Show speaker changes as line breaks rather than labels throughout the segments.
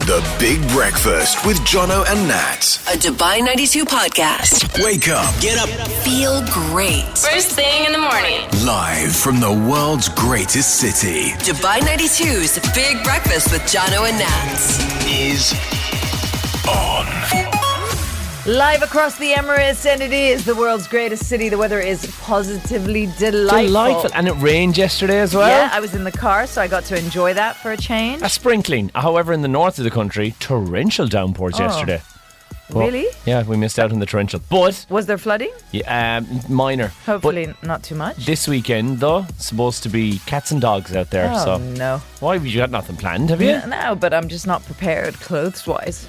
The Big Breakfast with Jono and Nat.
A Dubai 92 podcast.
Wake up, get up.
Feel great.
First thing in the morning.
Live from the world's greatest city
Dubai 92's Big Breakfast with Jono and Nat.
is on.
Live across the Emirates, and it is the world's greatest city. The weather is positively delightful.
Delightful. And it rained yesterday as well.
Yeah, I was in the car, so I got to enjoy that for a change.
A sprinkling. However, in the north of the country, torrential downpours yesterday. Well,
Oh, really?
Yeah, we missed out on the torrential. But,
Was there flooding?
yeah, um, minor.
Hopefully,
But
not too much.
this weekend, though, it's supposed to be cats and dogs out there.
oh
so,
no,
why have you got nothing planned, have you?
N- no, but I'm just not prepared clothes-wise.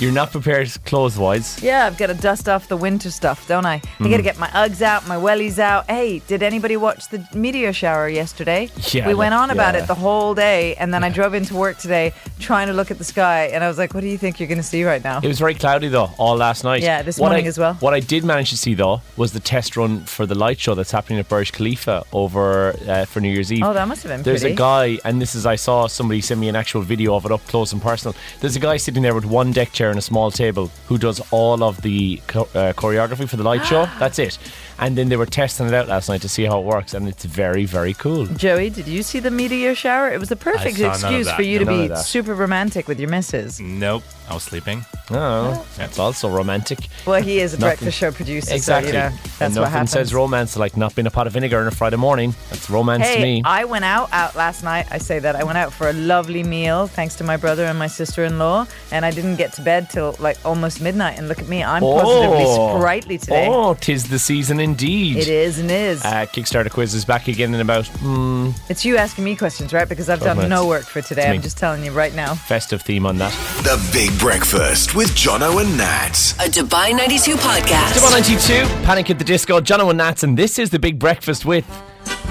You're not prepared clothes wise.
Yeah, I've got to dust off the winter stuff, don't I? I
Mm.
got to get my Uggs out, my wellies out. Hey, did anybody watch the meteor shower yesterday?
Yeah,
We went
look,
on about
yeah.
it the whole day, and then I drove into work today trying to look at the sky, and I was like, "What do you think you're going to see right now?"
It was very cloudy though all last night.
Yeah, this morning
I,
as well.
What I did manage to see though was the test run for the light show that's happening at Burj Khalifa over uh, for New Year's Eve.
Oh, that must have been
There's
pretty.
a guy, and this is I saw somebody send me an actual video of it up close and personal. There's a guy sitting there with one deck chair and a small table who does all of the cho- uh, choreography for the light show. That's it. And then they were testing it out last night to see how it works, and it's very very cool.
Joey, did you see the meteor shower? It was a perfect
saw none of
excuse
that.
for you to
None of
be
that. Mm.
super romantic with your missus.
Nope, I was sleeping.
Oh, that's also romantic.
Well, he is a
Nothing.
breakfast show producer,
Exactly.
so you know
and
that's
nothing
what happens.
says romance like not being a pot of vinegar on a Friday morning. That's romance
hey,
to me.
I went out out last night. I say that I went out for a lovely meal, thanks to my brother and my sister-in-law, and I didn't get to bed till like almost midnight. And look at me, I'm positively sprightly today.
Oh, tis the season indeed.
It is and is.
Uh, Kickstarter quiz is back again in about mm,
it's you asking me questions, right? Because I've done
minutes.
no work for today.
It's me.
I'm just telling you right now.
festive theme on that.
The Big Breakfast with Jono and Nat.
A Dubai 92
Come on,
podcast.
92, Panic at the Disco, Jono and Nats, and this is the big breakfast with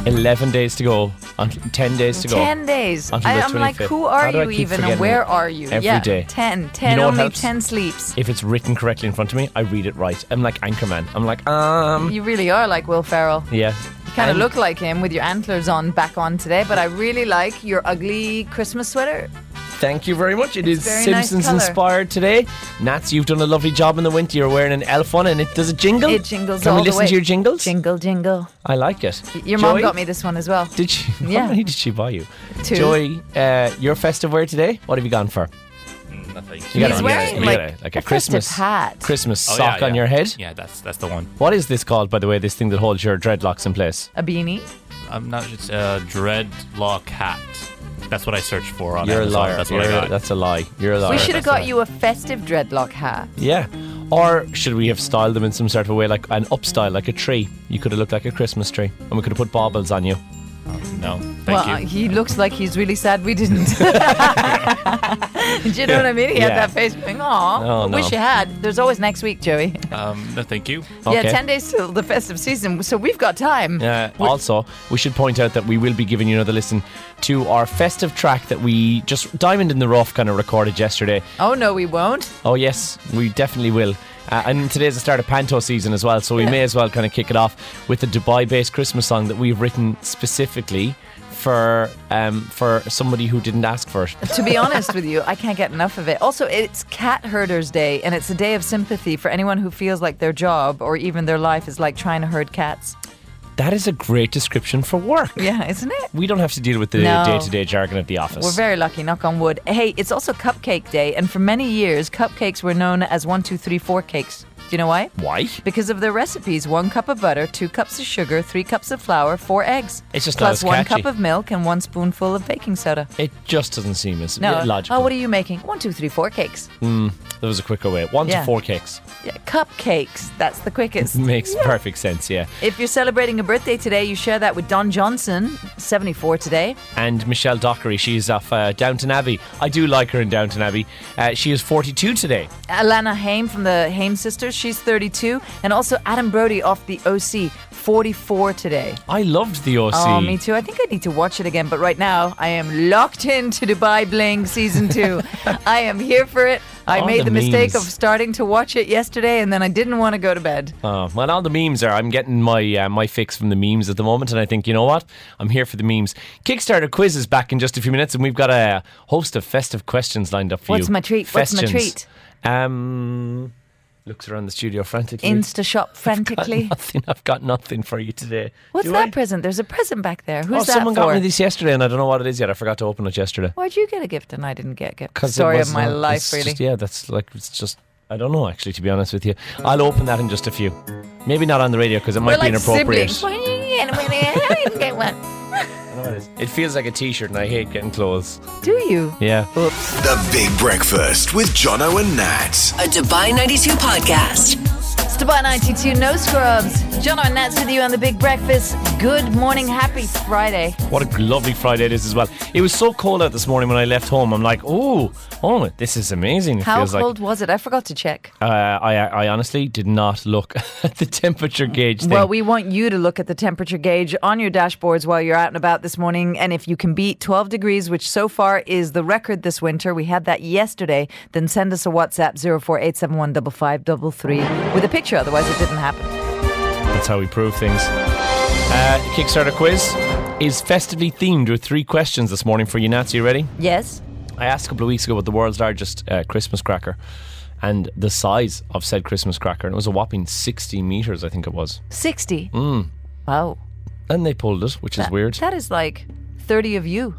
11 days to go, on 10 days to go.
Ten days.
Until
I,
the
I'm like,
25th.
who are
How do I
you
keep
even,
forgetting
and where
it?
are you?
Every
yeah,
day.
ten. Ten.
You know what
only
helps?
ten sleeps.
If it's written correctly in front of me, I read it right. I'm like Anchorman. I'm like, um,
You really are like Will Ferrell.
yeah.
Kind of
And-
look like him with your antlers on back on today, but I really like your ugly Christmas sweater.
Thank you very much. It is
very nice
Simpsons
colour.
inspired today. Nats, you've done a lovely job in the winter. You're wearing an elf one, and it does a jingle.
It jingles
Oh. Can
all
we
the
listen
way.
to your jingles?
Jingle, jingle.
I like it.
Y- Your
Joy?
mom got me this one as well.
Did she?
Yeah.
How many did she buy you?
Two.
Joy, uh, your festive wear today. What have you gone for?
Nothing.
You
He's
a-
wearing,
you
like,
got a, like
a
a,
festive
Christmas
hat.
Christmas
Oh,
sock
yeah,
on
yeah.
your head.
Yeah, that's that's the one.
What is this called, by the way? This thing that holds your dreadlocks in
Oh,
place.
A beanie.
I'm not. Um, It's a dreadlock hat. That's what I searched for on
You're a
Amazon.
liar.
That's what
You're,
I got.
that's a lie. You're a liar.
we should have
that's
got
a-
you a festive dreadlock hat.
Yeah. Or should we have styled them in some sort of a way, like an up style, like a tree? You could have looked like a Christmas tree, and we could have put baubles on you.
no, thank
well, uh,
you.
he looks like he's really sad we didn't. Do you know what I mean? He had
Yeah. Oh,
that face going, aw,
No, no.
wish you had. There's always next week, Joey.
Um, no, thank you.
Okay.
Yeah, 10 days till the festive season, so we've got time.
Uh, also, we should point out that we will be giving you another listen to our festive track that we just diamond in the rough kind of recorded yesterday.
Oh, no, we won't.
Oh yes, we definitely will. Uh, and today's the start of Panto season as well, so we may as well kind of kick it off with a Dubai-based Christmas song that we've written specifically for um, for somebody who didn't ask for it.
to be honest with you, I can't get enough of it. Also, it's Cat Herders Day, and it's a day of sympathy for anyone who feels like their job or even their life is like trying to herd cats.
That is a great description for work.
Yeah, isn't it?
We don't have to deal with the
No.
day-to-day jargon of the office.
We're very lucky, knock on wood. Hey, it's also Cupcake Day, and for many years, cupcakes were known as one, two, three, four cakes. Do you know why?
Why?
Because of their recipes one cup of butter, two cups of sugar, three cups of flour, four eggs.
It's just not
plus
as
one
catchy.
cup of milk and one spoonful of baking soda.
It just doesn't seem as
No.
logical.
Oh, what are you making? One, two, three, four cakes.
There was a quicker way. One
Yeah.
to four cakes
Yeah, cupcakes. That's the quickest.
makes perfect sense. Yeah.
If you're celebrating a birthday today, you share that with Don Johnson, 74 today.
and Michelle Dockery. She's off uh, Downton Abbey. I do like her in Downton Abbey. Uh, she is 42 today.
Alana Haim from the Haim sisters, she's 32. And also Adam Brody off the OC, 44 today.
I loved the OC.
Oh, me too. I think I need to watch it again. But right now, I am locked into Dubai Bling season two. I am here for it. I
All
made the,
the
mistake of
memes.
starting to watch it yesterday, and then I didn't want to go to bed.
Oh, well, all the memes are. I'm getting my uh, my fix kicks from the memes at the moment, and I think, you know what? I'm here for the memes. Kickstarter quiz is back in just a few minutes, and we've got a host of festive questions lined up for you.
What's my treat? What's my
Festions.
treat?
Um, looks around the studio frantically.
Insta shop frantically.
nothing. I've got nothing for you today.
What's
Do
that
I?
present? There's a present back there. Who's
Oh,
that
someone
for?
got me this yesterday, and I don't know what it is yet. I forgot to open it yesterday.
Why'd you get a gift and I didn't get a gift?
'Cause it
Story of
wasn't-
my
it's
life, really.
Just, yeah, that's like it's just. I don't know actually. To be honest with you, I'll open that in just a few. Maybe not on the radio because it might
We're
be
like
inappropriate.
siblings. Why didn't you get one? I didn't get one.
I know it is. It feels like a T-shirt, and I hate getting clothes.
Do you?
Yeah.
The Big Breakfast with Jono and Nat.
A Dubai 92 podcast.
It's Dubai 92, no scrubs. John and Nat's with you on the Big Breakfast. Good morning, happy Friday.
What a lovely Friday it is as well. It was so cold out this morning when I left home. I'm like, oh, oh, this is amazing. It
How
feels like
cold was it? I forgot to check.
uh, I, I honestly did not look at the temperature gauge. Thing.
Well, we want you to look at the temperature gauge on your dashboards while you're out and about this morning. And if you can beat 12 degrees, which so far is the record this winter, we had that yesterday, then send us a WhatsApp 048715533 with a picture. Otherwise, it didn't happen.
That's how we prove things. Uh, Kickstarter quiz is festively themed with three questions this morning for you, Nats. You ready?
Yes?
I asked a couple of weeks ago about the world's largest uh, Christmas cracker and the size of said Christmas cracker, and it was a whopping 60 meters, I think it was.
60. Mm. Wow.
And they pulled it, which is weird.
That is like 30 of you.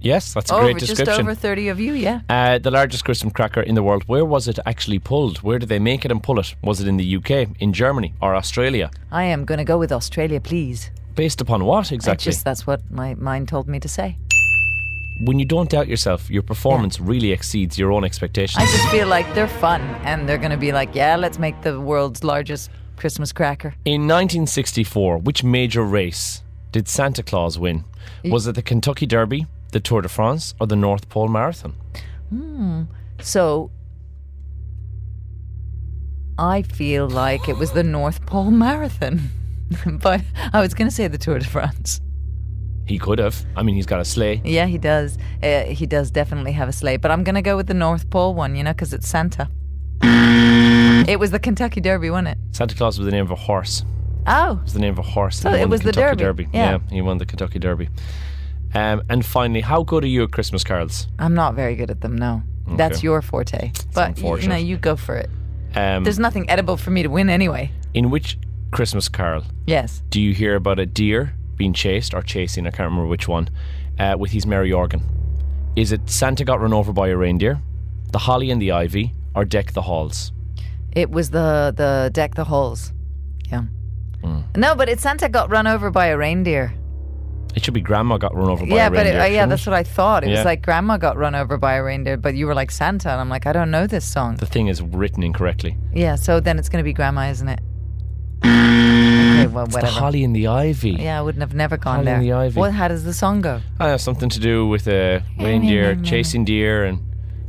yes, that's a
over,
great
Oh, just
description.
over 30 of you, yeah.
Uh, the largest Christmas cracker in the world. Where was it actually pulled? Where did they make it and pull it? Was it in the UK, in Germany, or Australia?
I am going to go with Australia, please.
Based upon what
I
exactly?
just, that's what my mind told me to say.
When you don't doubt yourself, your performance really exceeds your own expectations.
I just feel like they're fun and they're going to be like, yeah, let's make the world's largest Christmas cracker.
In 1964, which major race did Santa Claus win? Was it the Kentucky Derby, the Tour de France, or the North Pole Marathon?
So I feel like it was the North Pole Marathon. but I was going to say the Tour de France.
He could have. I mean, he's got a sleigh.
Yeah, he does. Uh, he does definitely have a sleigh. But I'm going to go with the North Pole one, you know, because it's Santa. It was the Kentucky Derby, wasn't it?
Santa Claus was the name of a horse. It
Oh,
was the name of a horse.
So
and he
it
won
was the
Kentucky
Derby.
Yeah.
Yeah.
he won the Kentucky Derby. Um, and finally, how good are you at Christmas carols?
I'm not very good at them, no. That's your forte. But, you know,
unfortunate.
you go for it.
Um,
There's nothing edible for me to win anyway.
in which Christmas carol
Yes.
do you hear about a deer being chased or chasing? I can't remember which one. Uh, with his merry organ, is it Santa got run over by a reindeer, the holly and the ivy, or deck the halls?
It was the the deck the holes. Yeah.
Hmm.
No, but it's Santa got run over by a reindeer.
It should be Grandma got run over by
yeah,
a
but it,
reindeer.
uh, yeah,
shouldn't
that's
it?
what I thought. It
Yeah.
was like grandma got run over by a reindeer, but you were like Santa, and I'm like, I don't know this song.
the thing is written incorrectly.
Yeah, so then it's gonna be grandma, isn't it? Okay, well,
The
whatever.
holly and the ivy.
Yeah, I wouldn't have never gone
Holly
there.
and the Ivy.
What? How does the song go?
I have something to do with a reindeer chasing deer and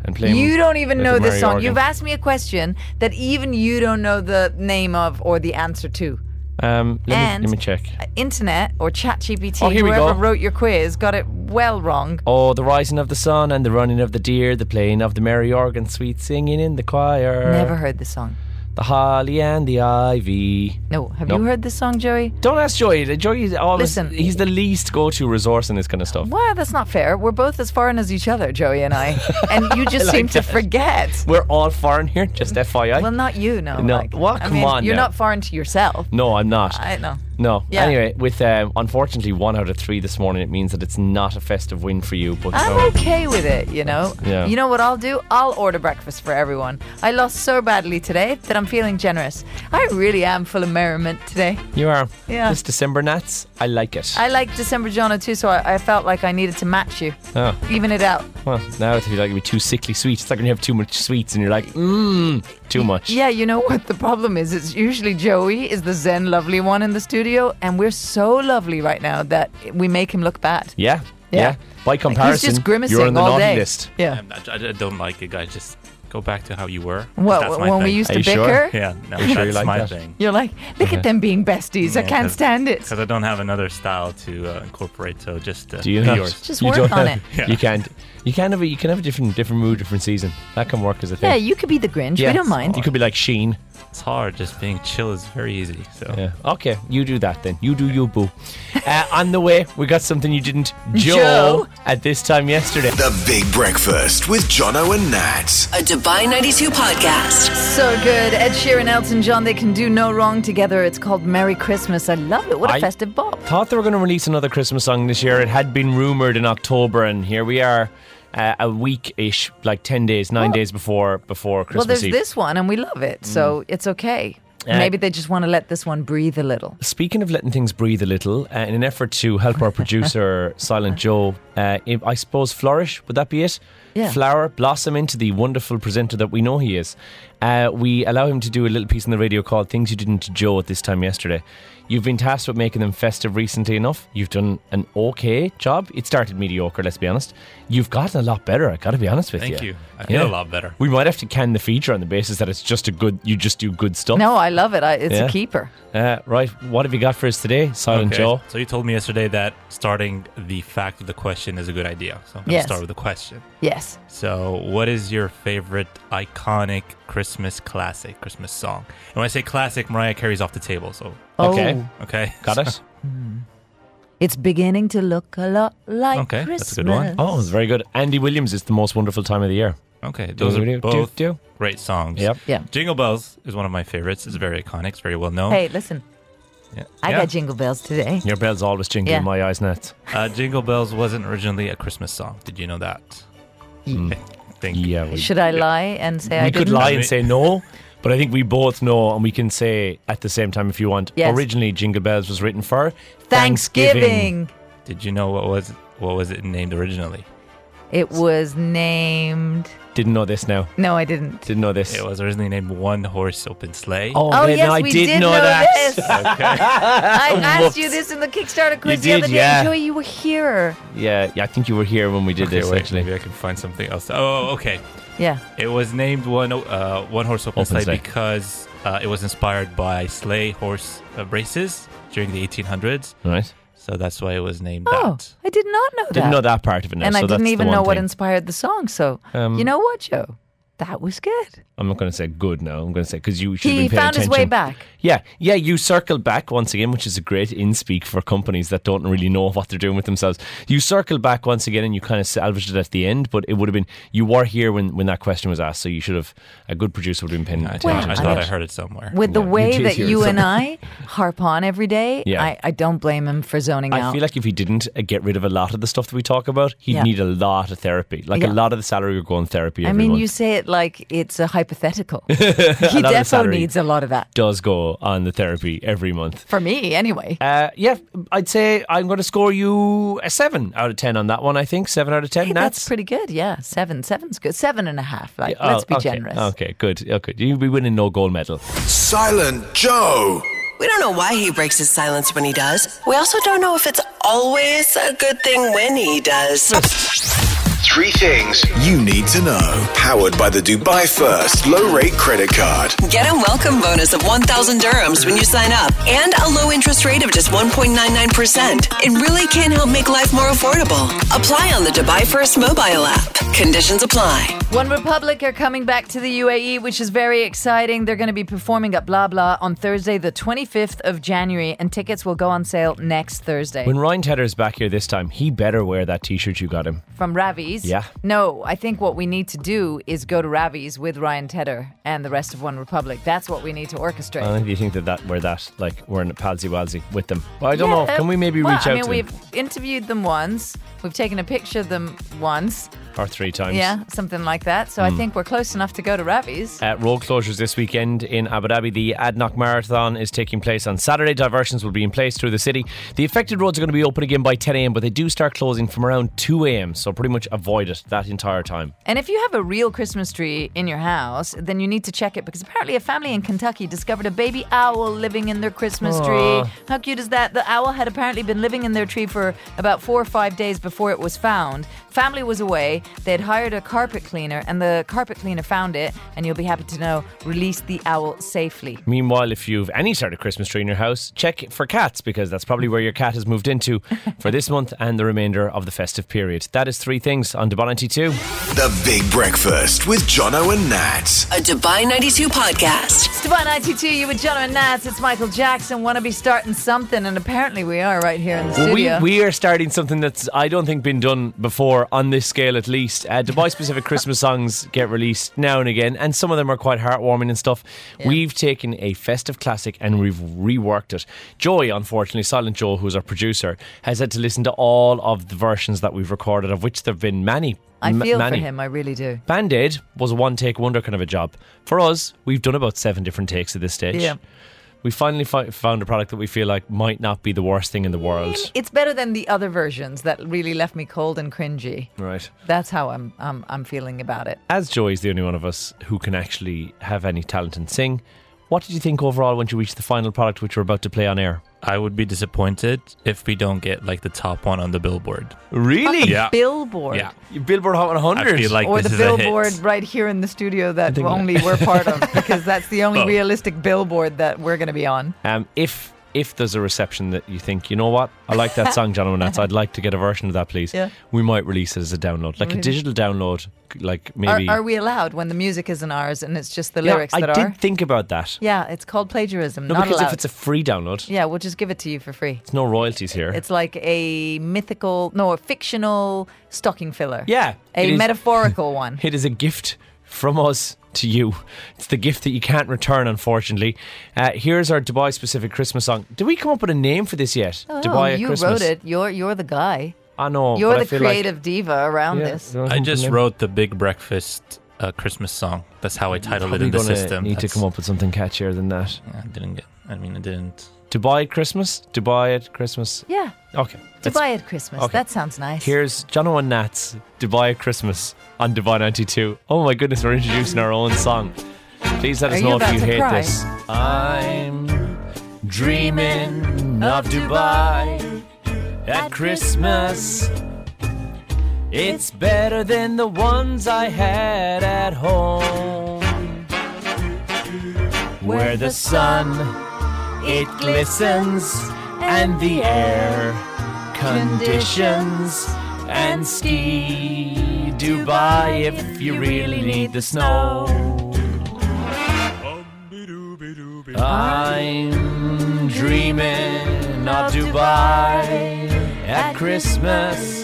and playing.
You don't even
with
know
a
this
merry
song.
organ.
You've asked me a question that even you don't know the name of or the answer to.
Um, let,
And-
me, let me check.
Internet or ChatGPT,
Oh, here we
whoever
go.
wrote your quiz, got it well wrong.
Oh, the rising of the sun and the running of the deer, the playing of the merry organ, sweet singing in the choir.
Never heard this song.
The holly and the ivy.
No, have
No.
you heard this song, Joey?
Don't ask Joey. Joey is always
Listen.
he's the least go-to resource in this kind of stuff.
Well, that's not fair. We're both as foreign as each other, Joey and I, and you just seem to forget.
We're all foreign here, just FYI.
Well, not you, no.
No,
like,
well,
I
come
mean,
on
You're
now.
not foreign to yourself.
no, I'm not.
I know.
No.
Yeah.
Anyway, with um, unfortunately one out of three this morning, it means that it's not a festive win for you. But
I'm
no.
okay with it, you know.
Yeah.
You know what I'll do? I'll order breakfast for everyone. I lost so badly today that I'm feeling generous. I really am full of merriment today.
you are.
Yeah.
This December Nats, I like it.
I like December Jono too, so I, I felt like I needed to match you,
Oh.
even it out.
well, now if you like, it'd be too sickly sweet. It's like when you have too much sweets and you're like, mmm, too much.
Yeah, you know what the problem is? It's usually Joey is the zen lovely one in the studio, and we're so lovely right now that we make him look bad.
Yeah.
Yeah.
yeah. By
Like, he's
comparison,
just grimacing
you're on the
all
naughty
day.
list.
Yeah.
Um, I, I don't like it, guys. Just go back to how you were.
Well,
That's my
when we
thing.
used
Are
to
you
bicker,
sure?
Yeah, no,
you
that's
like
my
that?
thing.
you're like, look at them being besties. I can't stand it.
Because I don't have another style to uh, incorporate, so just uh,
Do you
be
not?
yours.
Just
You
work
don't
on
have-
it. Yeah.
You can't. You can have a, you can have a different different mood, different season. That can work as a thing.
Yeah, you could be the Grinch. We
Yeah.
don't mind.
You could be like Sheen.
It's hard. Just being chill is very easy. So
Yeah. Okay, you do that then. You do you, boo. Uh, on the way, we got something you didn't, Joe,
Joe.
at this time yesterday.
The Big Breakfast with Jono and Nat.
A Dubai 92 podcast.
So good. Ed Sheeran, Elton John, they can do no wrong together. It's called Merry Christmas. I love it. What a
I-
festive bop.
Thought they were going to release another Christmas song this year. It had been rumored in October, and here we are, uh, a week ish, like ten days, nine days before before Christmas
Well, there's
Eve. Mm.
this one, and we love it, so it's okay.
Yeah.
Maybe they just want to let this one breathe a little.
Speaking of letting things breathe a little, uh, in an effort to help our producer Silent Joe, uh, if- I suppose flourish would that be it?
Yeah.
Flower, blossom into the wonderful presenter that we know he is. Uh, we allow him to do a little piece on the radio called "Things You Didn't to Joe" at this time yesterday. You've been tasked with making them festive recently enough. You've done an okay job. It started mediocre, let's be honest. You've gotten a lot better. I got to be honest with you.
Thank you. I feel a lot better.
We might have to can the feature on the basis that it's just a good. You just do good stuff.
No, I love it. I, it's
Yeah.
a keeper.
Uh, right, what have you got for us today, Silent Joe?
So you told me yesterday that starting the fact of the question is a good idea. So I'm gonna
Yes.
start with the question.
Yes.
So what is your favorite iconic Christmas classic, Christmas song? And when I say classic, Mariah Carey's off the table. So
Okay,
Oh,
okay,
got it.
it's beginning to look a lot like
Okay,
Christmas.
that's a good one.
Oh, it's very good. Andy Williams is the most wonderful time of the year.
Okay, those
do,
are
do,
both
do.
great songs.
Yep.
Yeah.
Jingle Bells is one of my favorites. It's very iconic. It's very well
Oh.
known.
Hey, listen,
Yeah.
I
Yeah.
got jingle bells today.
Your bell's always jingling
Yeah.
in my eyes, Nat.
Uh, Jingle Bells wasn't originally a Christmas song. Did you know that?
Mm.
I think.
Yeah, we,
Should I lie and say I
we could
didn't?
lie
I mean-
and say no, but I think we both know, and we can say at the same time if you want.
Yes.
Originally, Jingle Bells was written for
Thanksgiving.
Did you know what was what was it named originally?
It was named.
Didn't know this now.
No, I didn't.
Didn't know this.
It was originally named One Horse Open Sleigh.
Oh,
Oh,
then
yes,
I
we
did,
did
know,
know
that. Uh,
this.
okay.
I
Whoops.
asked you this in the Kickstarter quiz
did,
the other day.
yeah.
Joey, you were here.
Yeah, yeah, I think you were here when we did
Okay,
this,
wait,
actually.
maybe I can find something else. Oh, okay.
Yeah.
It was named One uh, One Horse Open,
Open
Sleigh,
Sleigh.
because uh, it was inspired by sleigh horse uh, races during the 1800s.
Right.
So that's why it was named
Oh,
that.
I did not know that.
Didn't know that part of it now.
and
so
I
that's
didn't
the
even
one
know what
thing. Um,
inspired the song. So you know what, Joe? That was good.
I'm not going to say good now. I'm going to say because you should be
He
paying
found
attention.
his way back.
Yeah, yeah, you circle back once again, which is a great in speak for companies that don't really know what they're doing with themselves. You circle back once again and you kind of salvaged it at the end, but it would have been you were here when, when that question was asked, so you should have a good producer would have been paying
I,
attention.
I
to
thought
that.
I heard it somewhere.
With the
Yeah, you
way
did
that
hear
you and
something.
I harp on every day,
Yeah.
I, I don't blame him for zoning
I
out.
feel like if he didn't uh, get rid of a lot of the stuff that we talk about, he'd
Yeah.
need a lot of therapy. Like
Yeah.
a lot of the salary would go on therapy.
I
every
mean,
month.
you say it like it's a hypothetical. he defo
salary.
needs a lot of that.
does go on the therapy every month.
For me, anyway.
Uh, yeah, I'd say I'm going to score you a seven out of ten on that one. I think seven out of ten.
Hey, that's pretty good. Yeah, seven. Seven's good. Seven and a half. Like, let's
Oh,
be
okay,
generous.
Okay, good. Okay, you'll be winning no gold medal.
Silent Joe.
We don't know why he breaks his silence when he does. We also don't know if it's always a good thing when he does.
Three things you need to know. Powered by the Dubai First Low Rate Credit Card.
Get a welcome bonus of 1,000 dirhams when you sign up and a low interest rate of just 1.99%. It really can help make life more affordable. Apply on the Dubai First mobile app. Conditions apply.
One Republic are coming back to the UAE, which is very exciting. They're going to be performing at Blah Blah on Thursday, the 25th of January, and tickets will go on sale next Thursday
When Ryan Tedder's back here this time, he better wear that T-shirt you got him.
from Ravi's.
Yeah.
No, I think what we need to do is go to Ravi's with Ryan Tedder and the rest of One Republic. That's what we need to orchestrate.
I think you think that that we're that like we're in a palsy walsy with them. Well, I don't know.
Yeah, uh,
Can we maybe
well,
reach
I
out
mean,
to
we've
them
interviewed them once. We've taken a picture of them once.
or three times?
Yeah, something like that.
Hmm.
So I think we're close enough to go to Ravi's.
Uh, road closures this weekend in Abu Dhabi. The Adnoc Marathon is taking place on Saturday. Diversions will be in place through the city. The affected roads are going to be open again by 10 a.m., but they do start closing from around 2 a.m., so pretty much avoid it that entire time.
And if you have a real Christmas tree in your house, then you need to check it because apparently a family in Kentucky discovered a baby owl living in their Christmas
Aw.
tree. How cute is that? The owl had apparently been living in their tree for about four or five days before it was found. Family was away. They'd hired a carpet cleaner, and the carpet cleaner found it, and you'll be happy to know, released the owl safely.
Meanwhile, if you've any sort of Christmas tree in your house, check for cats because that's probably where your cat has moved into for this month and the remainder of the festive period. That is three things on Dubai 92.
The Big Breakfast with Jono and Nat.
A Dubai 92 podcast.
It's Dubai 92, you with John and Nats. It's Michael Jackson. Want to be starting something, and apparently we are right here in the
Well, we,
studio.
we are starting something that's I don't think been done before on this scale at least. Uh, Dubai specific Christmas songs get released now and again, and some of them are quite heartwarming and stuff. We've taken a festive classic and we've reworked it. Joy, unfortunately, Silent Joe, who's our producer, has had to listen to all of the versions that we've recorded, of which there have been many.
I
m-
feel
many.
for him, I really do.
Band Aid was a one take wonder kind of a job. For us, we've done about seven different takes at this stage.
Yeah.
We finally fi- found a product that we feel like might not be the worst thing in the world.
It's better than the other versions that really left me cold and cringy.
Right.
That's how I'm I'm, I'm feeling about it.
As Joy is the only one of us who can actually have any talent and sing, what did you think overall when you reached the final product which we're about to play on air?
I would be disappointed if we don't get like the top one on the Billboard.
Really?
Yeah.
Billboard.
Yeah.
Your Billboard Hot
I
100.
feel like
Or
this
the
is a hit.
billboard right here in the studio that
think-
only we're part of because that's the only
Oh.
realistic billboard that we're going to be on.
um, if if there's a reception that you think, you know what, I like that song, John and I'd like to get a version of that, please.
Yeah.
We might release it as a download, like a
Really?
digital download, like
Are,
maybe.
are we allowed when the music isn't ours and it's just the
Yeah,
lyrics
I
that
did
are?
think about that.
Yeah, it's called plagiarism.
No,
not
because
allowed.
if it's a free download,
yeah, we'll just give it to you for free.
it's no royalties here.
It's like a mythical, no, a fictional stocking filler.
Yeah, it
a
is.
metaphorical one.
It is a gift from us to you. It's the gift that you can't return, unfortunately. Uh, here's our Dubai specific Christmas song. Did we come up with a name for this yet?
Oh,
Dubai at
you
Christmas.
wrote it. You're you're the guy.
I know.
You're
but I
the
feel like-
creative diva around
Yeah,
this.
don't
I
think
just
the name-
wrote the Big Breakfast uh, Christmas song. That's how I titled it
Probably
in the
gonna
system.
Need to
That's-
come up with something catchier than that.
Yeah, I didn't get. I mean, I didn't.
Dubai at Christmas. Dubai at Christmas.
Yeah,
Okay. that's-
Dubai at Christmas.
okay.
That sounds nice.
Here's Jono and Nat's Dubai at Christmas on Dubai 92. Oh my goodness, we're introducing our own song. Please let
Are
us
you
know if
about
you
to
hate
cry?
this. I'm dreaming
of Dubai
at
Christmas.
It's better than the ones I had at home. Where the sun it glistens and the air conditions and ski Dubai if you really need the snow. I'm dreaming of Dubai at Christmas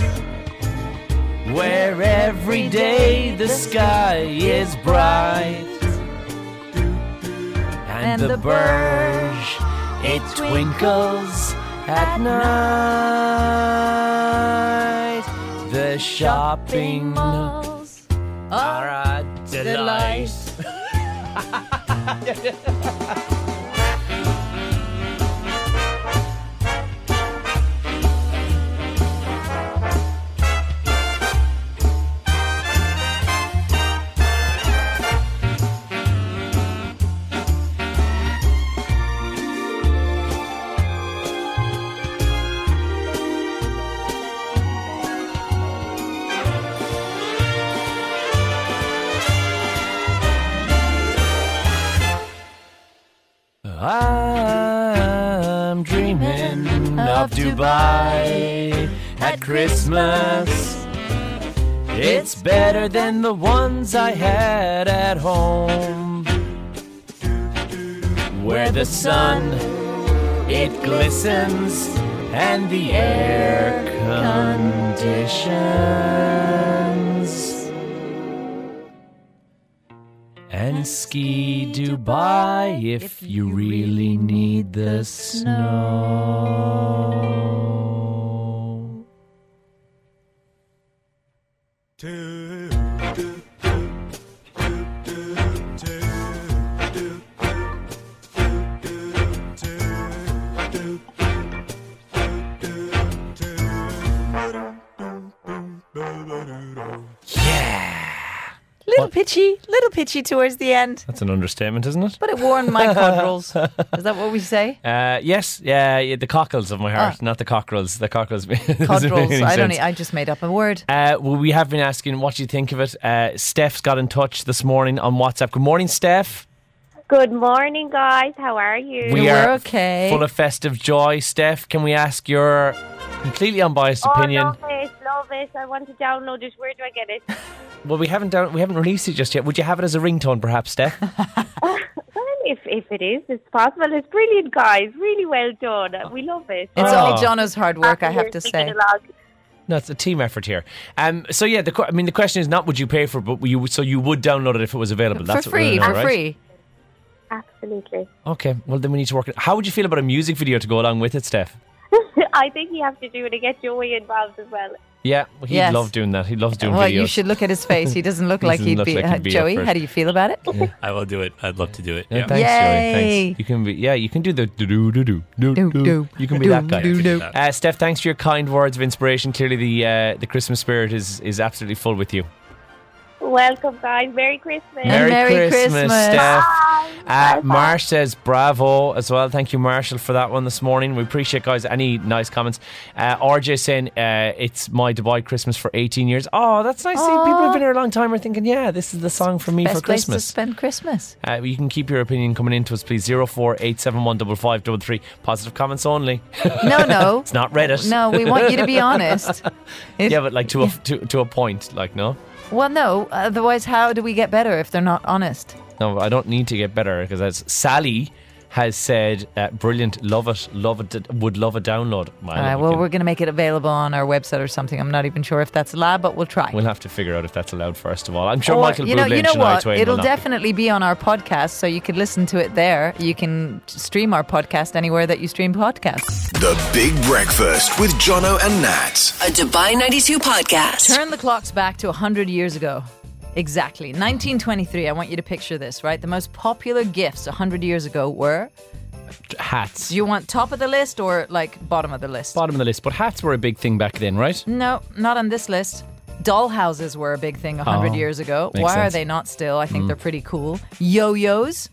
where every day the sky is bright and, the, birch it twinkles at night. The shopping malls are a delight. I'm dreaming of Dubai at Christmas. It's better than the ones I had at home. Where the sun it glistens and the air conditions. And ski Dubai if you really need the snow.
Little
What?
pitchy, little pitchy towards the end.
That's an understatement, isn't it?
But it warmed my cockles. Is that what we say?
Uh, yes, yeah, yeah, the cockles of my heart,
Ah.
not the cockerels. The cockerels. doesn't make
Codrils.
any
I don't.
sense.
e- I just made up a word.
Uh, well, we have been asking what do you think of it. Uh, Steph's got in touch this morning on WhatsApp. Good morning, Steph.
Good morning, guys. How are you?
We
We're
are
okay.
Full of festive joy, Steph. Can we ask your completely unbiased opinion?
Oh, love this, love this. I want to download it. Where do I get it?
Well, we haven't done, we haven't released it just yet. Would you have it as a ringtone, perhaps, Steph?
well, if, if it is, it's possible. It's brilliant, guys. Really well done. We love it.
It's
Oh.
all Jono's hard work, I have to say.
no, it's a team effort here. Um, so yeah, the, que- I mean, the question is not would you pay for, it, but you would- so you would download it if it was available.
For
That's what we
free,
know,
for
right?
free.
Absolutely.
Okay, well then we need to work it. How would you feel about a music video to go along with it, Steph?
I think you have to do it to get Joey involved as well.
Yeah, well, he
Yes.
loves doing that. He loves doing
Well,
videos.
you should look at his face. He doesn't look like
Doesn't
he'd
look
be.
like
uh,
he'd be up
Joey,
for it.
how do you feel about it?
I will do it. I'd love to do it.
Yeah,
Yeah.
thanks, Joey.
Yay.
Thanks. You can be, yeah, you can do the do do do do do.
Do, do.
You can be
Do,
that guy.
do, do.
Uh, Steph, thanks for your kind words of inspiration. Clearly, the uh, the Christmas spirit is is absolutely full with you.
Welcome, guys. Merry Christmas.
Merry Christmas.
Steph. Uh,
Bye.
Marsh says bravo as well. Thank you, Marshall, for that one this morning. We appreciate, guys, any nice comments. Uh, RJ saying uh, it's my Dubai Christmas for 18 years. Oh, that's nice. See, people have been here a long time are thinking, yeah, this is the song for me
Best
for
place to
Christmas.
spend Christmas.
Uh, you can keep your opinion coming into us, please. Zero four eight seven one double five double three. Positive comments only.
No, no.
It's not Reddit.
No, we want you to be honest. If-
Yeah, but like to a to, to a point, like no,
well, no. Otherwise, how do we get better if they're not honest?
no, I don't need to get better because as Sally has said, uh, brilliant, love it, love it, would love a download. Man,
All right.
we
Uh, Well,
can-
we're going to make it available on our website or something. I'm not even sure if that's allowed, but we'll try.
we'll have to figure out if that's allowed first of all. I'm sure
Or,
Michael
you know,
Bublé
you
and
know
Shania
what?
Twain
It'll
will not be.
definitely be on our podcast, so you can listen to it there. You can stream our podcast anywhere that you stream podcasts.
The Big Breakfast with Jono and Nat.
A Dubai 92 podcast.
Turn the clocks back to 100 years ago. Exactly. 1923. I want you to picture this, right? The most popular gifts 100 years ago were.
hats.
Do you want top of the list or like bottom of the list?
Bottom of the list, but hats were a big thing back then, right?
No, not on this list. Dollhouses were a big thing 100
Oh,
years ago.
makes
Why are
sense. Mm-hmm.
they not still? I think they're pretty cool. Yo yos.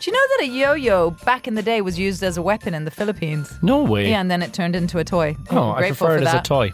Do you know that a yo yo back in the day was used as a weapon in the Philippines?
No way.
Yeah, and then it turned into a toy.
oh, I
Grateful
prefer it
for
as
that.
a toy.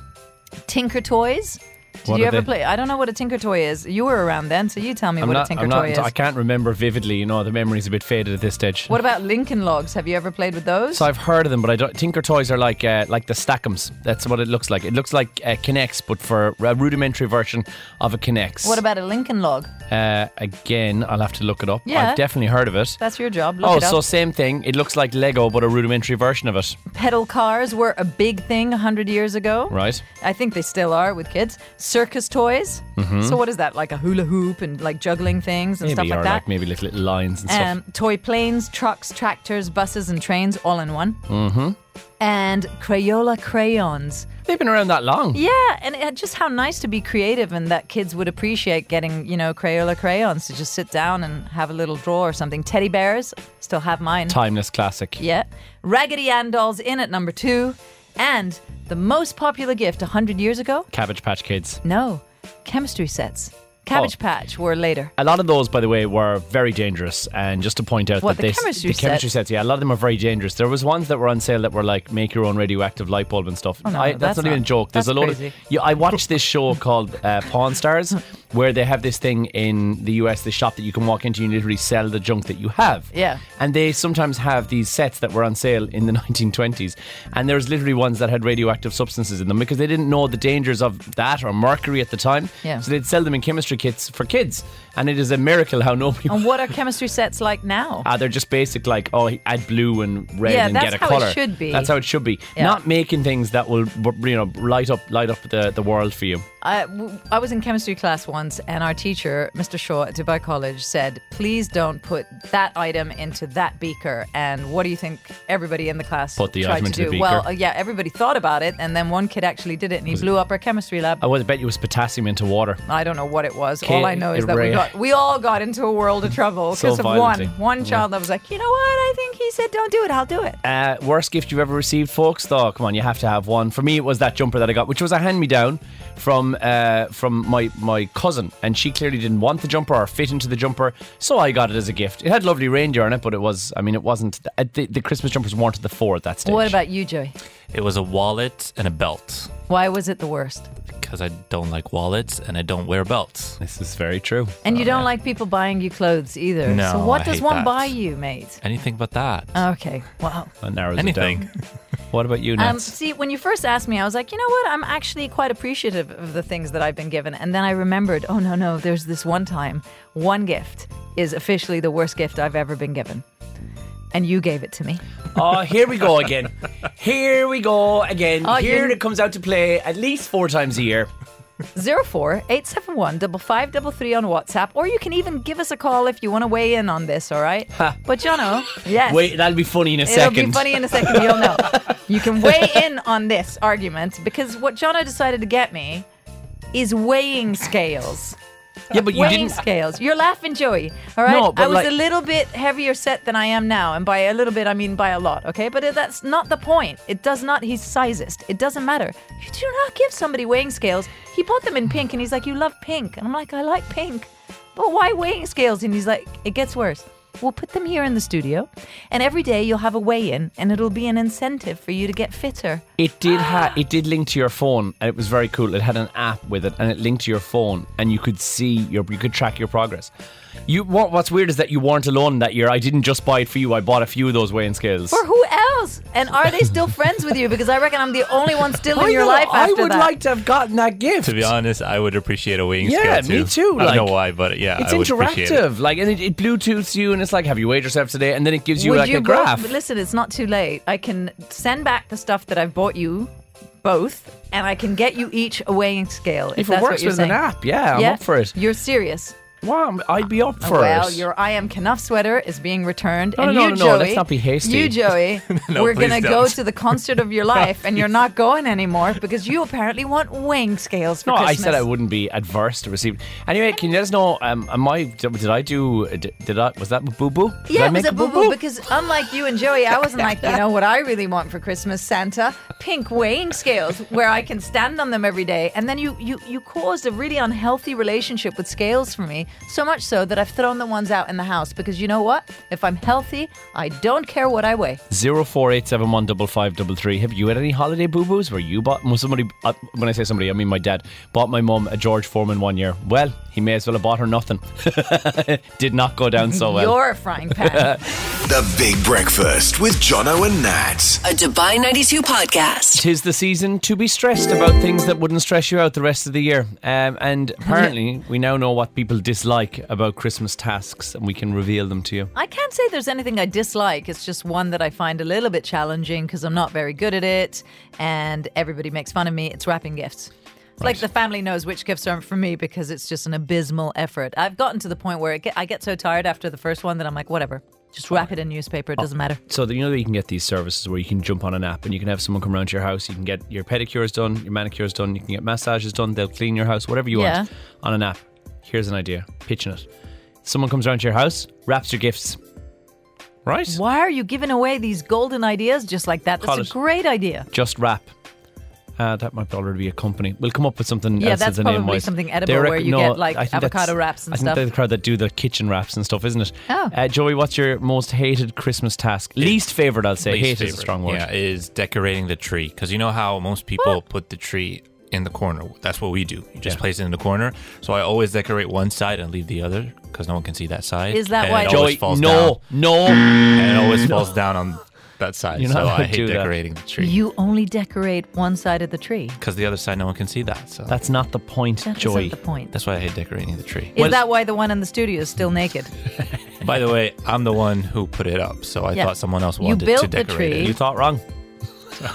Tinker Toys. Did
What
you
are
ever
they?
play? I don't know what a Tinker Toy is. You were around then, so you tell me
I'm
what
not,
a Tinker
I'm not,
Toy is.
I can't remember vividly. You know, the memory's a bit faded at this stage.
What about Lincoln Logs? Have you ever played with those?
So I've heard of them, but I don't. Tinker Toys are like uh, like the Stackums. That's what it looks like. It looks like uh, Kinex, but for a rudimentary version of a Kinex.
what about a Lincoln Log?
Uh, again, I'll have to look it up.
Yeah.
I've definitely heard of it.
That's your job. Look
oh,
it up.
so same thing. It looks like Lego, but a rudimentary version of it,
pedal cars were a big thing 100 years ago.
right?
I think they still are with kids. Circus toys. So what is that? Like a hula hoop and like juggling things and
Maybe
stuff
or
like
like,
that.
maybe little, little lines and
um, toy planes, trucks, tractors, buses, and trains, all in one. Mm-hmm. And Crayola crayons.
stuff. They've been around that long.
Yeah, and it, just how nice to be creative and that kids would appreciate getting, you know, Crayola crayons to just sit down and have a little draw or something. Teddy bears, still have mine.
Timeless classic.
Yeah. Raggedy Ann dolls in at number two. And the most popular gift 100 years ago?
Cabbage Patch Kids.
No, chemistry sets. Cabbage
Oh.
Patch were later.
A lot of those, by the way, were very dangerous. And just to point out
What,
that
the
this,
chemistry
the chemistry sets, yeah, a lot of them are very dangerous. There was ones that were on sale that were like make your own radioactive light bulb and stuff.
Oh, no,
I,
no, that's
that's, not, even a
not-
joke. There's
that's
a lot
crazy.
of. Yeah, I watched this show called uh, Pawn Stars, where they have this thing in the US, this shop that you can walk into and literally sell the junk that you have.
Yeah.
And they sometimes have these sets that were on sale in the 1920s, and there's literally ones that had radioactive substances in them because they didn't know the dangers of that or mercury at the time.
Yeah.
So they'd sell them in chemistry kits for kids, and it is a miracle how nobody.
And what are chemistry sets like now?
Ah, they're just basic, like oh, add blue and red
Yeah,
and
that's
get a
how it
color.
should be.
That's how it should be.
Yeah.
Not making things that will, b- you know, light up, light up the, the world for you.
I, w- I was in chemistry class once, and our teacher, Mr. Shaw at Dubai College, said, Please don't put that item into that beaker. And what do you think everybody in the class
Put the
tried
item
to
into
do?
the beaker.
Well, uh, yeah, everybody thought about it, and then one kid actually did it, and he blew up our chemistry lab.
I would bet you it was potassium into water.
I don't know what it was.
Okay,
all I know is that we
right.
got we all got into a world of trouble
So
because of
violently.
one one child that was like, you know what? I think he said don't do it. I'll do it.
Uh, worst gift you've ever received, folks? Though, come on, you have to have one. For me, it was that jumper that I got, which was a hand me down from uh, from my my cousin, and she clearly didn't want the jumper or fit into the jumper, so I got it as a gift. It had lovely reindeer on it, but it was, I mean, it wasn't. uh, The, the Christmas jumpers weren't at the four at that stage.
What about you, Joey?
It was a wallet and a belt
Why was it the worst?
because I don't like wallets and I don't wear belts.
This is very true.
And you don't like people buying you clothes either.
No,
so what
I
does
hate
one
that.
buy you, mate?
Anything but that.
Okay. Wow.
That narrows
Anything.
it down. What about you,
Um,
Nance?
see, when you first asked me, I was like, you know what? I'm actually quite appreciative of the things that I've been given. And then I remembered, oh, no, no, there's this one time, one gift is officially the worst gift I've ever been given. And you gave it to me.
oh, here we go again. Here we go again.
Oh,
here
you-
it comes out to play at least four times a year.
04871 5533 on WhatsApp. Or you can even give us a call if you want to weigh in on this, all right? But, Jono, yes.
Wait, that'll be funny in a
It'll
second.
be funny in a second. You'll know. You can weigh in on this argument because what Jono decided to get me is weighing scales.
Yeah, but you
weighing
didn't.
scales. You're laughing, Joey. All right.
No, but
I was
like-
a little bit heavier set than I am now, and by a little bit I mean by a lot. Okay, but that's not the point. It does not. He's sizest. It doesn't matter. You do not give somebody weighing scales. He bought them in pink, and he's like, "You love pink," and I'm like, "I like pink," but why weighing scales? And he's like, "It gets worse." We'll put them here in the studio, and every day you'll have a weigh-in, and it'll be an incentive for you to get fitter.
It did ha- it did link to your phone and it was very cool. It had an app with it and it linked to your phone and you could see your you could track your progress. You what, what's weird is that you weren't alone that year. I didn't just buy it for you. I bought a few of those weighing scales.
For who else? And are they still friends with you? Because I reckon I'm the only one still in your life after that.
to have gotten that gift.
To be honest, I would appreciate a weighing
Yeah,
scale too.
me too,
I
like,
don't know why, but yeah,
it's
I would appreciate it.
interactive. Like and it, it Bluetooths you and it's like have you weighed yourself today and then it gives you
Would
like
you
a graph.
Both, listen, it's not too late. I can send back the stuff that I've bought you, both, and I can get you each a weighing scale. If,
if
that's
it
what
works
you're
with
saying.
an app, yeah,
yeah,
I'm up for it.
You're serious.
Wow, I'd be up for
well,
it.
your I am Knuff sweater is being returned,
No,
and
no, no,
you,
no, no,
Joey,
let's not be hasty.
You, Joey,
No,
we're
please
gonna go
don't.
to the concert of your life, and you're not going anymore because you apparently want weighing scales. For
No, I
Christmas.
said I wouldn't be adverse to receive. Anyway, can you let us know? Um, am I? Did I do? Did, did I? Was that boo boo?
Yeah, it was a boo boo because unlike you and Joey, I wasn't like, you know what I really want for Christmas, Santa? Pink weighing scales where I can stand on them every day. And then you, you, you caused a really unhealthy relationship with scales for me, so much so that I've thrown the ones out in the house because you know what? If I'm healthy, I don't care what I weigh.
Zero four eight seven one double five double three. Have you had any holiday boo boos where you bought? Was somebody? Uh, when I say somebody, I mean my dad bought my mum a George Foreman one year. Well, he may as well have bought her nothing. Did not go down so well.
You're a frying pan.
The Big Breakfast with Jono and Nat.
A Dubai 92 podcast.
Tis the season to be stressed about things that wouldn't stress you out the rest of the year. Um, and apparently, we now know what people dislike about Christmas tasks, and we can reveal them to you.
I can't say there's anything I dislike. It's just one that I find a little bit challenging because I'm not very good at it and everybody makes fun of me. It's wrapping gifts. It's like the family knows which gifts are for me because it's just an abysmal effort. I've gotten to the point where it get, I get so tired after the first one that I'm like, whatever. Just wrap it in newspaper. It doesn't matter.
So that you know that you can get these services where you can jump on an app and you can have someone come around to your house. You can get your pedicures done, your manicures done, you can get massages done. They'll clean your house, whatever you want,
Yeah.
on an app. Here's an idea, pitching it. Someone comes around to your house, wraps your gifts, right?
Why are you giving away these golden ideas just like that? That's
Call
a
it.
great idea.
Just wrap. Uh, that might already be a company. We'll come up with something
Yeah,
else
that's
as a name
probably
wise.
something
They
edible where you get, like,
I think
avocado
that's-
wraps and
I think
stuff.
they're the crowd that do the kitchen wraps and stuff, isn't it?
Oh.
Uh, Joey, what's your most hated Christmas task? Least favorite, I'll say.
least
Hate is a
favorite,
strong word.
Yeah, is decorating the tree because you know how most people put the tree in the corner. That's what we do. You just
Yeah.
place it in the corner. So I always decorate one side and leave the other because no one can see that side.
Is that
And
why-
it always
Joey,
falls
no, no.
down, and it always falls down on that side?
You're not
so
allowed
I
to
hate
do that.
decorating the tree
You only decorate one side of the tree.
because the other side no one can see that. So
That's not the point,
That's
Joey.
the point.
that's why I hate decorating the tree.
Is that why the one in the studio is still naked?
By the way, I'm the one who put it up, so I
Yeah.
thought someone else
You
wanted
built
to
the
decorate
tree.
it.
You thought wrong.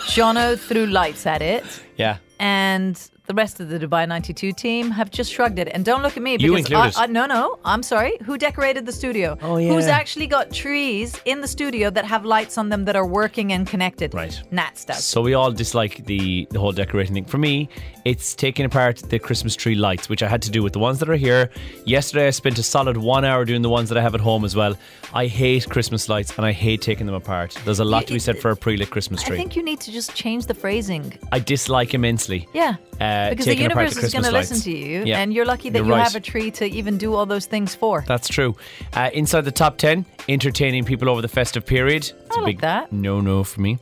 Jono threw lights at it.
Yeah.
and the rest of the Dubai 92 team have just shrugged it. And don't look at me.
You
because
included.
I, I, no, no. I'm sorry. Who decorated the studio?
Oh, yeah.
Who's actually got trees in the studio that have lights on them that are working and connected?
Right.
Nats does.
So we all dislike the, the whole decorating thing. For me, It's taking apart the Christmas tree lights, which I had to do with the ones that are here. Yesterday, I spent a solid one hour doing the ones that I have at home as well. I hate Christmas lights and I hate taking them apart. There's a lot to be said for a pre lit Christmas
I
tree.
think you need to just change the phrasing.
I dislike immensely.
Yeah.
Uh,
because the
taking apart
universe
the
is going to
Christmas lights.
listen to you,
Yeah.
and you're lucky that
You're
you
right.
have a tree to even do all those things for.
That's true. Uh, inside the top 10, entertaining people over the festive period. It's
I like that.
no no for me.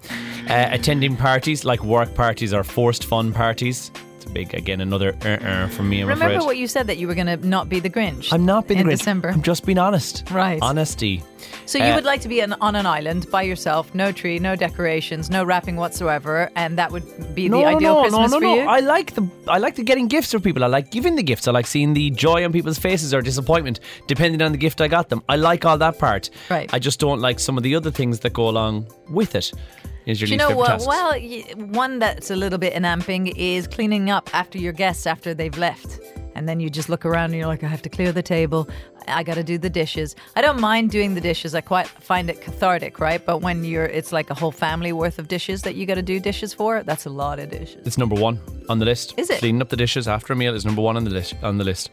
Uh, attending parties like work parties or forced fun parties. It's a big, again, another uh uh for me, I'm
Remember
afraid.
what you said that you were going to not be the Grinch.
I'm not being
in
Grinch.
December.
I'm just being honest.
Right.
Honesty.
so you
uh,
would like to be an, on an island by yourself, no tree, no decorations, no wrapping whatsoever, and that would be the ideal
no,
Christmas
no, no,
for you.
no. I like the I like the getting gifts for people. I like giving the gifts. I like seeing the joy on people's faces or disappointment, depending on the gift I got them. I like all that part.
Right.
I just don't like some of the other things that go along with it. Is your
Do you
least
know
favorite
what?
tasks.
Well, y- one that's a little bit enamping is cleaning up after your guests after they've left. And then you just look around and you're like, I have to clear the table. I got to do the dishes. I don't mind doing the dishes. I quite find it cathartic, right? But when you're, it's like a whole family worth of dishes that you got to do dishes for, that's a lot of dishes.
It's number one on the list.
Is it?
Cleaning up the dishes after a meal is number one on the list. On the list.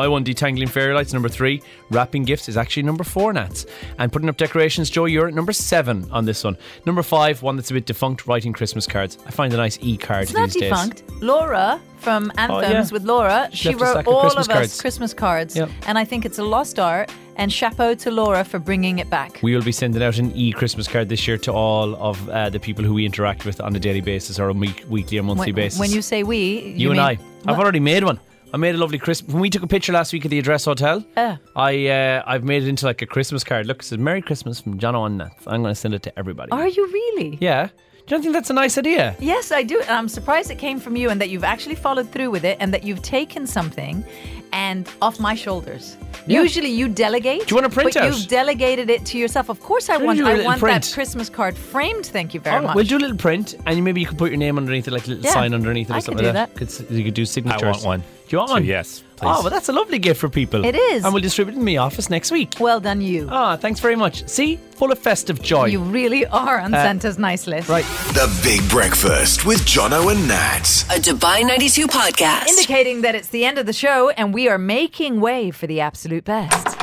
My one, detangling fairy lights, number three. Wrapping gifts is actually number four, Nats. And putting up decorations, Joe, you're at number seven on this one. Number five, one that's a bit defunct, writing Christmas cards. I find a nice e card
It's
these
not
days. Oh,
defunct. Laura from Anthems
yeah.
with Laura, she,
left a
wrote
stack of
all
Christmas
of us
cards.
Christmas cards.
Yep.
And I think it's a lost art. And chapeau to Laura for bringing it back.
We will be sending out an e Christmas card this year to all of uh, the people who we interact with on a daily basis or a week, weekly or monthly
when,
basis.
when you say we, you,
You and
mean-
I. I've already made one. I made a lovely Christmas. When we took a picture last week at the Address Hotel,
Ah.
I uh, I've made it into like a Christmas card. Look, it says "Merry Christmas" from John on Nats. I'm going to send it to everybody.
Are you really?
Yeah. Do you not think that's a nice idea?
Yes, I do. And I'm surprised it came from you and that you've actually followed through with it and that you've taken something and off my shoulders. Usually you delegate.
Do you want a
But
printout?
you've delegated it to yourself. Of course I
We'll
want
do a
I
little
want
print.
that Christmas card framed. Thank you very
All right,
much.
Oh, We'll do a little print, and you- maybe you could put your name underneath it, like a little
Yeah,
sign underneath it, or
I could
something
do
like that.
that.
Could s- you could do signatures.
one.
Do you want
So,
one?
yes,
Oh,
please.
well, that's a lovely gift for people.
It is.
And we'll distribute it in the office next week.
well done you.
Ah, thanks very much. See, full of festive joy.
you really are on Santa's nice list.
Uh, right.
The Big Breakfast with Jono and Nat.
A Dubai 92 podcast.
Indicating that it's the end of the show and we are making way for the absolute best.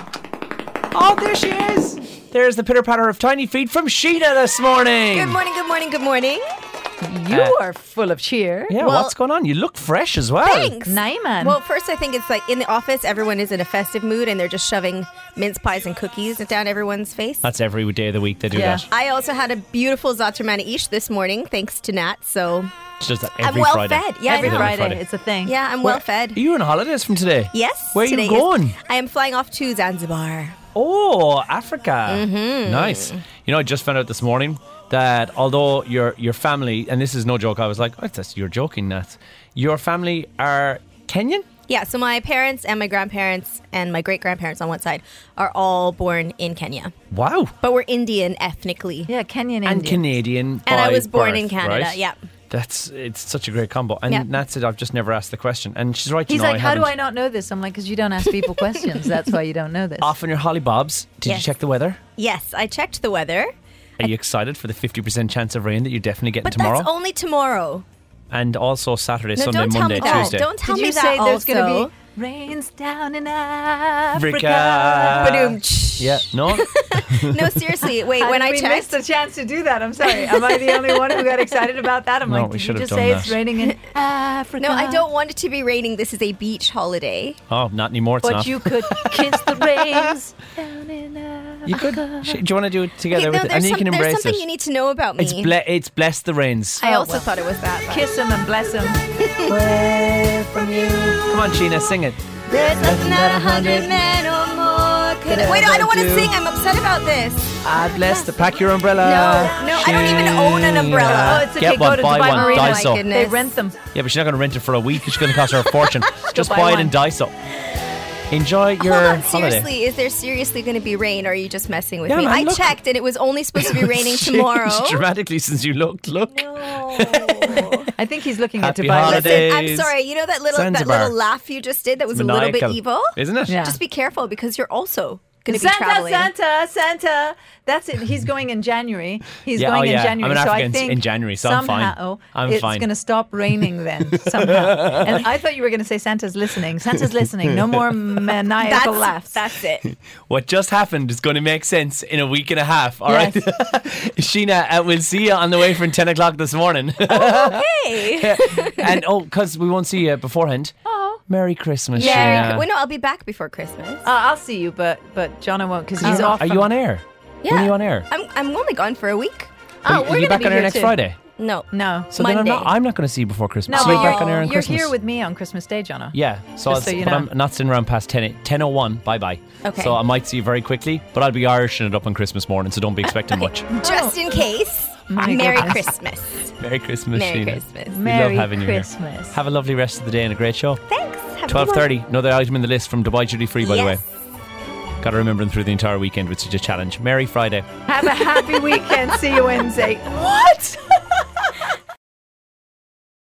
Oh, there she is. There's the pitter patter of tiny feet from Sheena this morning.
Good morning, good morning, good morning.
You
Uh,
are full of cheer.
Yeah,
Well-
what's going on? You look fresh as well.
Thanks.
Naiman.
Well, first, I think it's like in the office, everyone is in a festive mood and they're just shoving mince pies and cookies down everyone's face.
That's every day of the week they do
Yeah.
that.
I also had a beautiful Zatarmani Ish this morning, thanks to Nat. So,
It's just that
I'm
every
well
Friday.
fed. Yeah, I
Every
know.
Friday,
Friday.
it's a thing.
yeah, I'm well
Are
fed.
you on holidays from today?
Yes.
Where are you
today is-
going?
I am flying off to Zanzibar.
Oh, Africa.
Mm-hmm.
Nice. You know, I just found out this morning that although your your family, and this is no joke, I was like, oh, that's, you're joking, Nat. Your family are Kenyan?
Yeah, so my parents and my grandparents and my great grandparents on one side are all born in Kenya,
Wow.
but we're Indian ethnically.
Yeah, Kenyan
and
Indian.
Canadian.
And I
by
was born in
birth,
Canada,
right?
yeah.
That's it's such a great combo, and
Yeah.
Nat said I've just never asked the question, and she's right.
He's
you know,
like,
I
how do
haven't."
I not know this? I'm like, because you don't ask people questions. That's why you don't know this.
Off on your holly bobs. Did you
Yes.
check the weather?
Yes, I checked the weather,
Are you excited for the fifty percent chance of rain that you're definitely getting
but
tomorrow?
that's only tomorrow.
and also Saturday,
No,
Sunday,
don't tell
Monday,
me that.
Tuesday.
Don't tell
Did
me
you
that.
say there's going to
also.
be rains down in Africa?
Africa.
Ba-doom.
Uh, Yeah. No.
No, seriously. Wait, when I
we
checked,
missed a chance to do that. I'm sorry. Am I the only one who got excited about that? I'm
No,
like,
we
did you
should have
just
done
say it's
that.
raining in Africa?
no, I don't want it to be raining. This is a beach holiday.
oh, not anymore. It's
But
not.
you could kiss the rains.
You could. Sh- Do you want to do it together?
no,
with it? and
there's,
you
some-
can
there's
embrace
something
it.
you need to know about me.
it's ble- it's bless the rains.
I also
well.
thought it was that. but-
Kiss him and bless him.
Come on, Sheena, sing it.
There's nothing that a hundred men or more could. Wait, no, I don't want to
do.
sing. I'm upset about this.
I bless the pack your umbrella. uh,
No, no, I don't even own an umbrella.
Oh, it's okay.
Get
Go
one,
to
buy
Dubai
one,
Marina.
die
Oh my
so.
goodness.
They rent them.
Yeah, but she's not going to rent it for a week. It's going to cost her a fortune. Just
buy
buy it
one.
in Daiso. Enjoy your
Hold on,
holiday.
Oh, seriously, is there seriously going to be rain or are you just messing with
Yeah,
me?
man,
I
look. Oh,
checked and it was only supposed to be raining
It's
tomorrow.
changed dramatically since you looked. Look.
No.
I think he's looking at
Happy
Dubai.
holiday.
Listen, I'm
Days.
sorry. You know that little that
Zanzibar.
little laugh you just did that was a little
Maniacal.
bit evil?
Isn't it?
Yeah.
Just be careful because you're also going to be
Santa,
traveling.
Santa, Santa. That's it. He's going in January. He's
Yeah,
going
oh,
in
yeah.
January.
I'm an
so I
African
think
in January, so I'm fine.
somehow
I'm
it's
fine.
going to stop raining then somehow. and I thought you were going to say Santa's listening. Santa's listening. No more uh, maniacal laughs.
That's, that's it.
What just happened is going to make sense in a week and a half. All right,
Yes.
Sheena, uh, we'll see you on the way from 10 o'clock this morning.
Hey.
and oh, because we won't see you beforehand.
Oh.
Merry Christmas,
Yeah.
Sheena.
Well, no, I'll be back before Christmas.
Uh, I'll see you, but but Jono won't because he's off.
Uh, Are you
from-
on air?
yeah.
When are you on air?
I'm, I'm only gone for a week.
Oh,
are
we're
you
gonna
back
be
on air
here
next
too.
Friday?
No.
No.
So
Monday.
then I'm not, I'm not going to see you before Christmas.
No,
so you're
but
back on air on
you're
Christmas.
here with me on Christmas Day, Jono.
Yeah, so, I'll,
Just so you
but
know.
I'm not sitting around past 10, 10.01, bye bye.
Okay.
So I might see you very quickly, but I'll be Irishing it up on Christmas morning, so don't be expecting much.
Just in case.
Oh
My
Merry
goodness.
Christmas.
Merry Christmas,
Merry
Sheena.
Christmas.
We
Merry
love having you here.
Christmas.
Have a lovely rest of the day and a great show.
Thanks. Have a good
Twelve
one.
thirty, another item in the list from Dubai Duty Free. By
Yes.
the way, got to remember them through the entire weekend, which is a challenge. Merry Friday.
Have a happy weekend. see you Wednesday. What?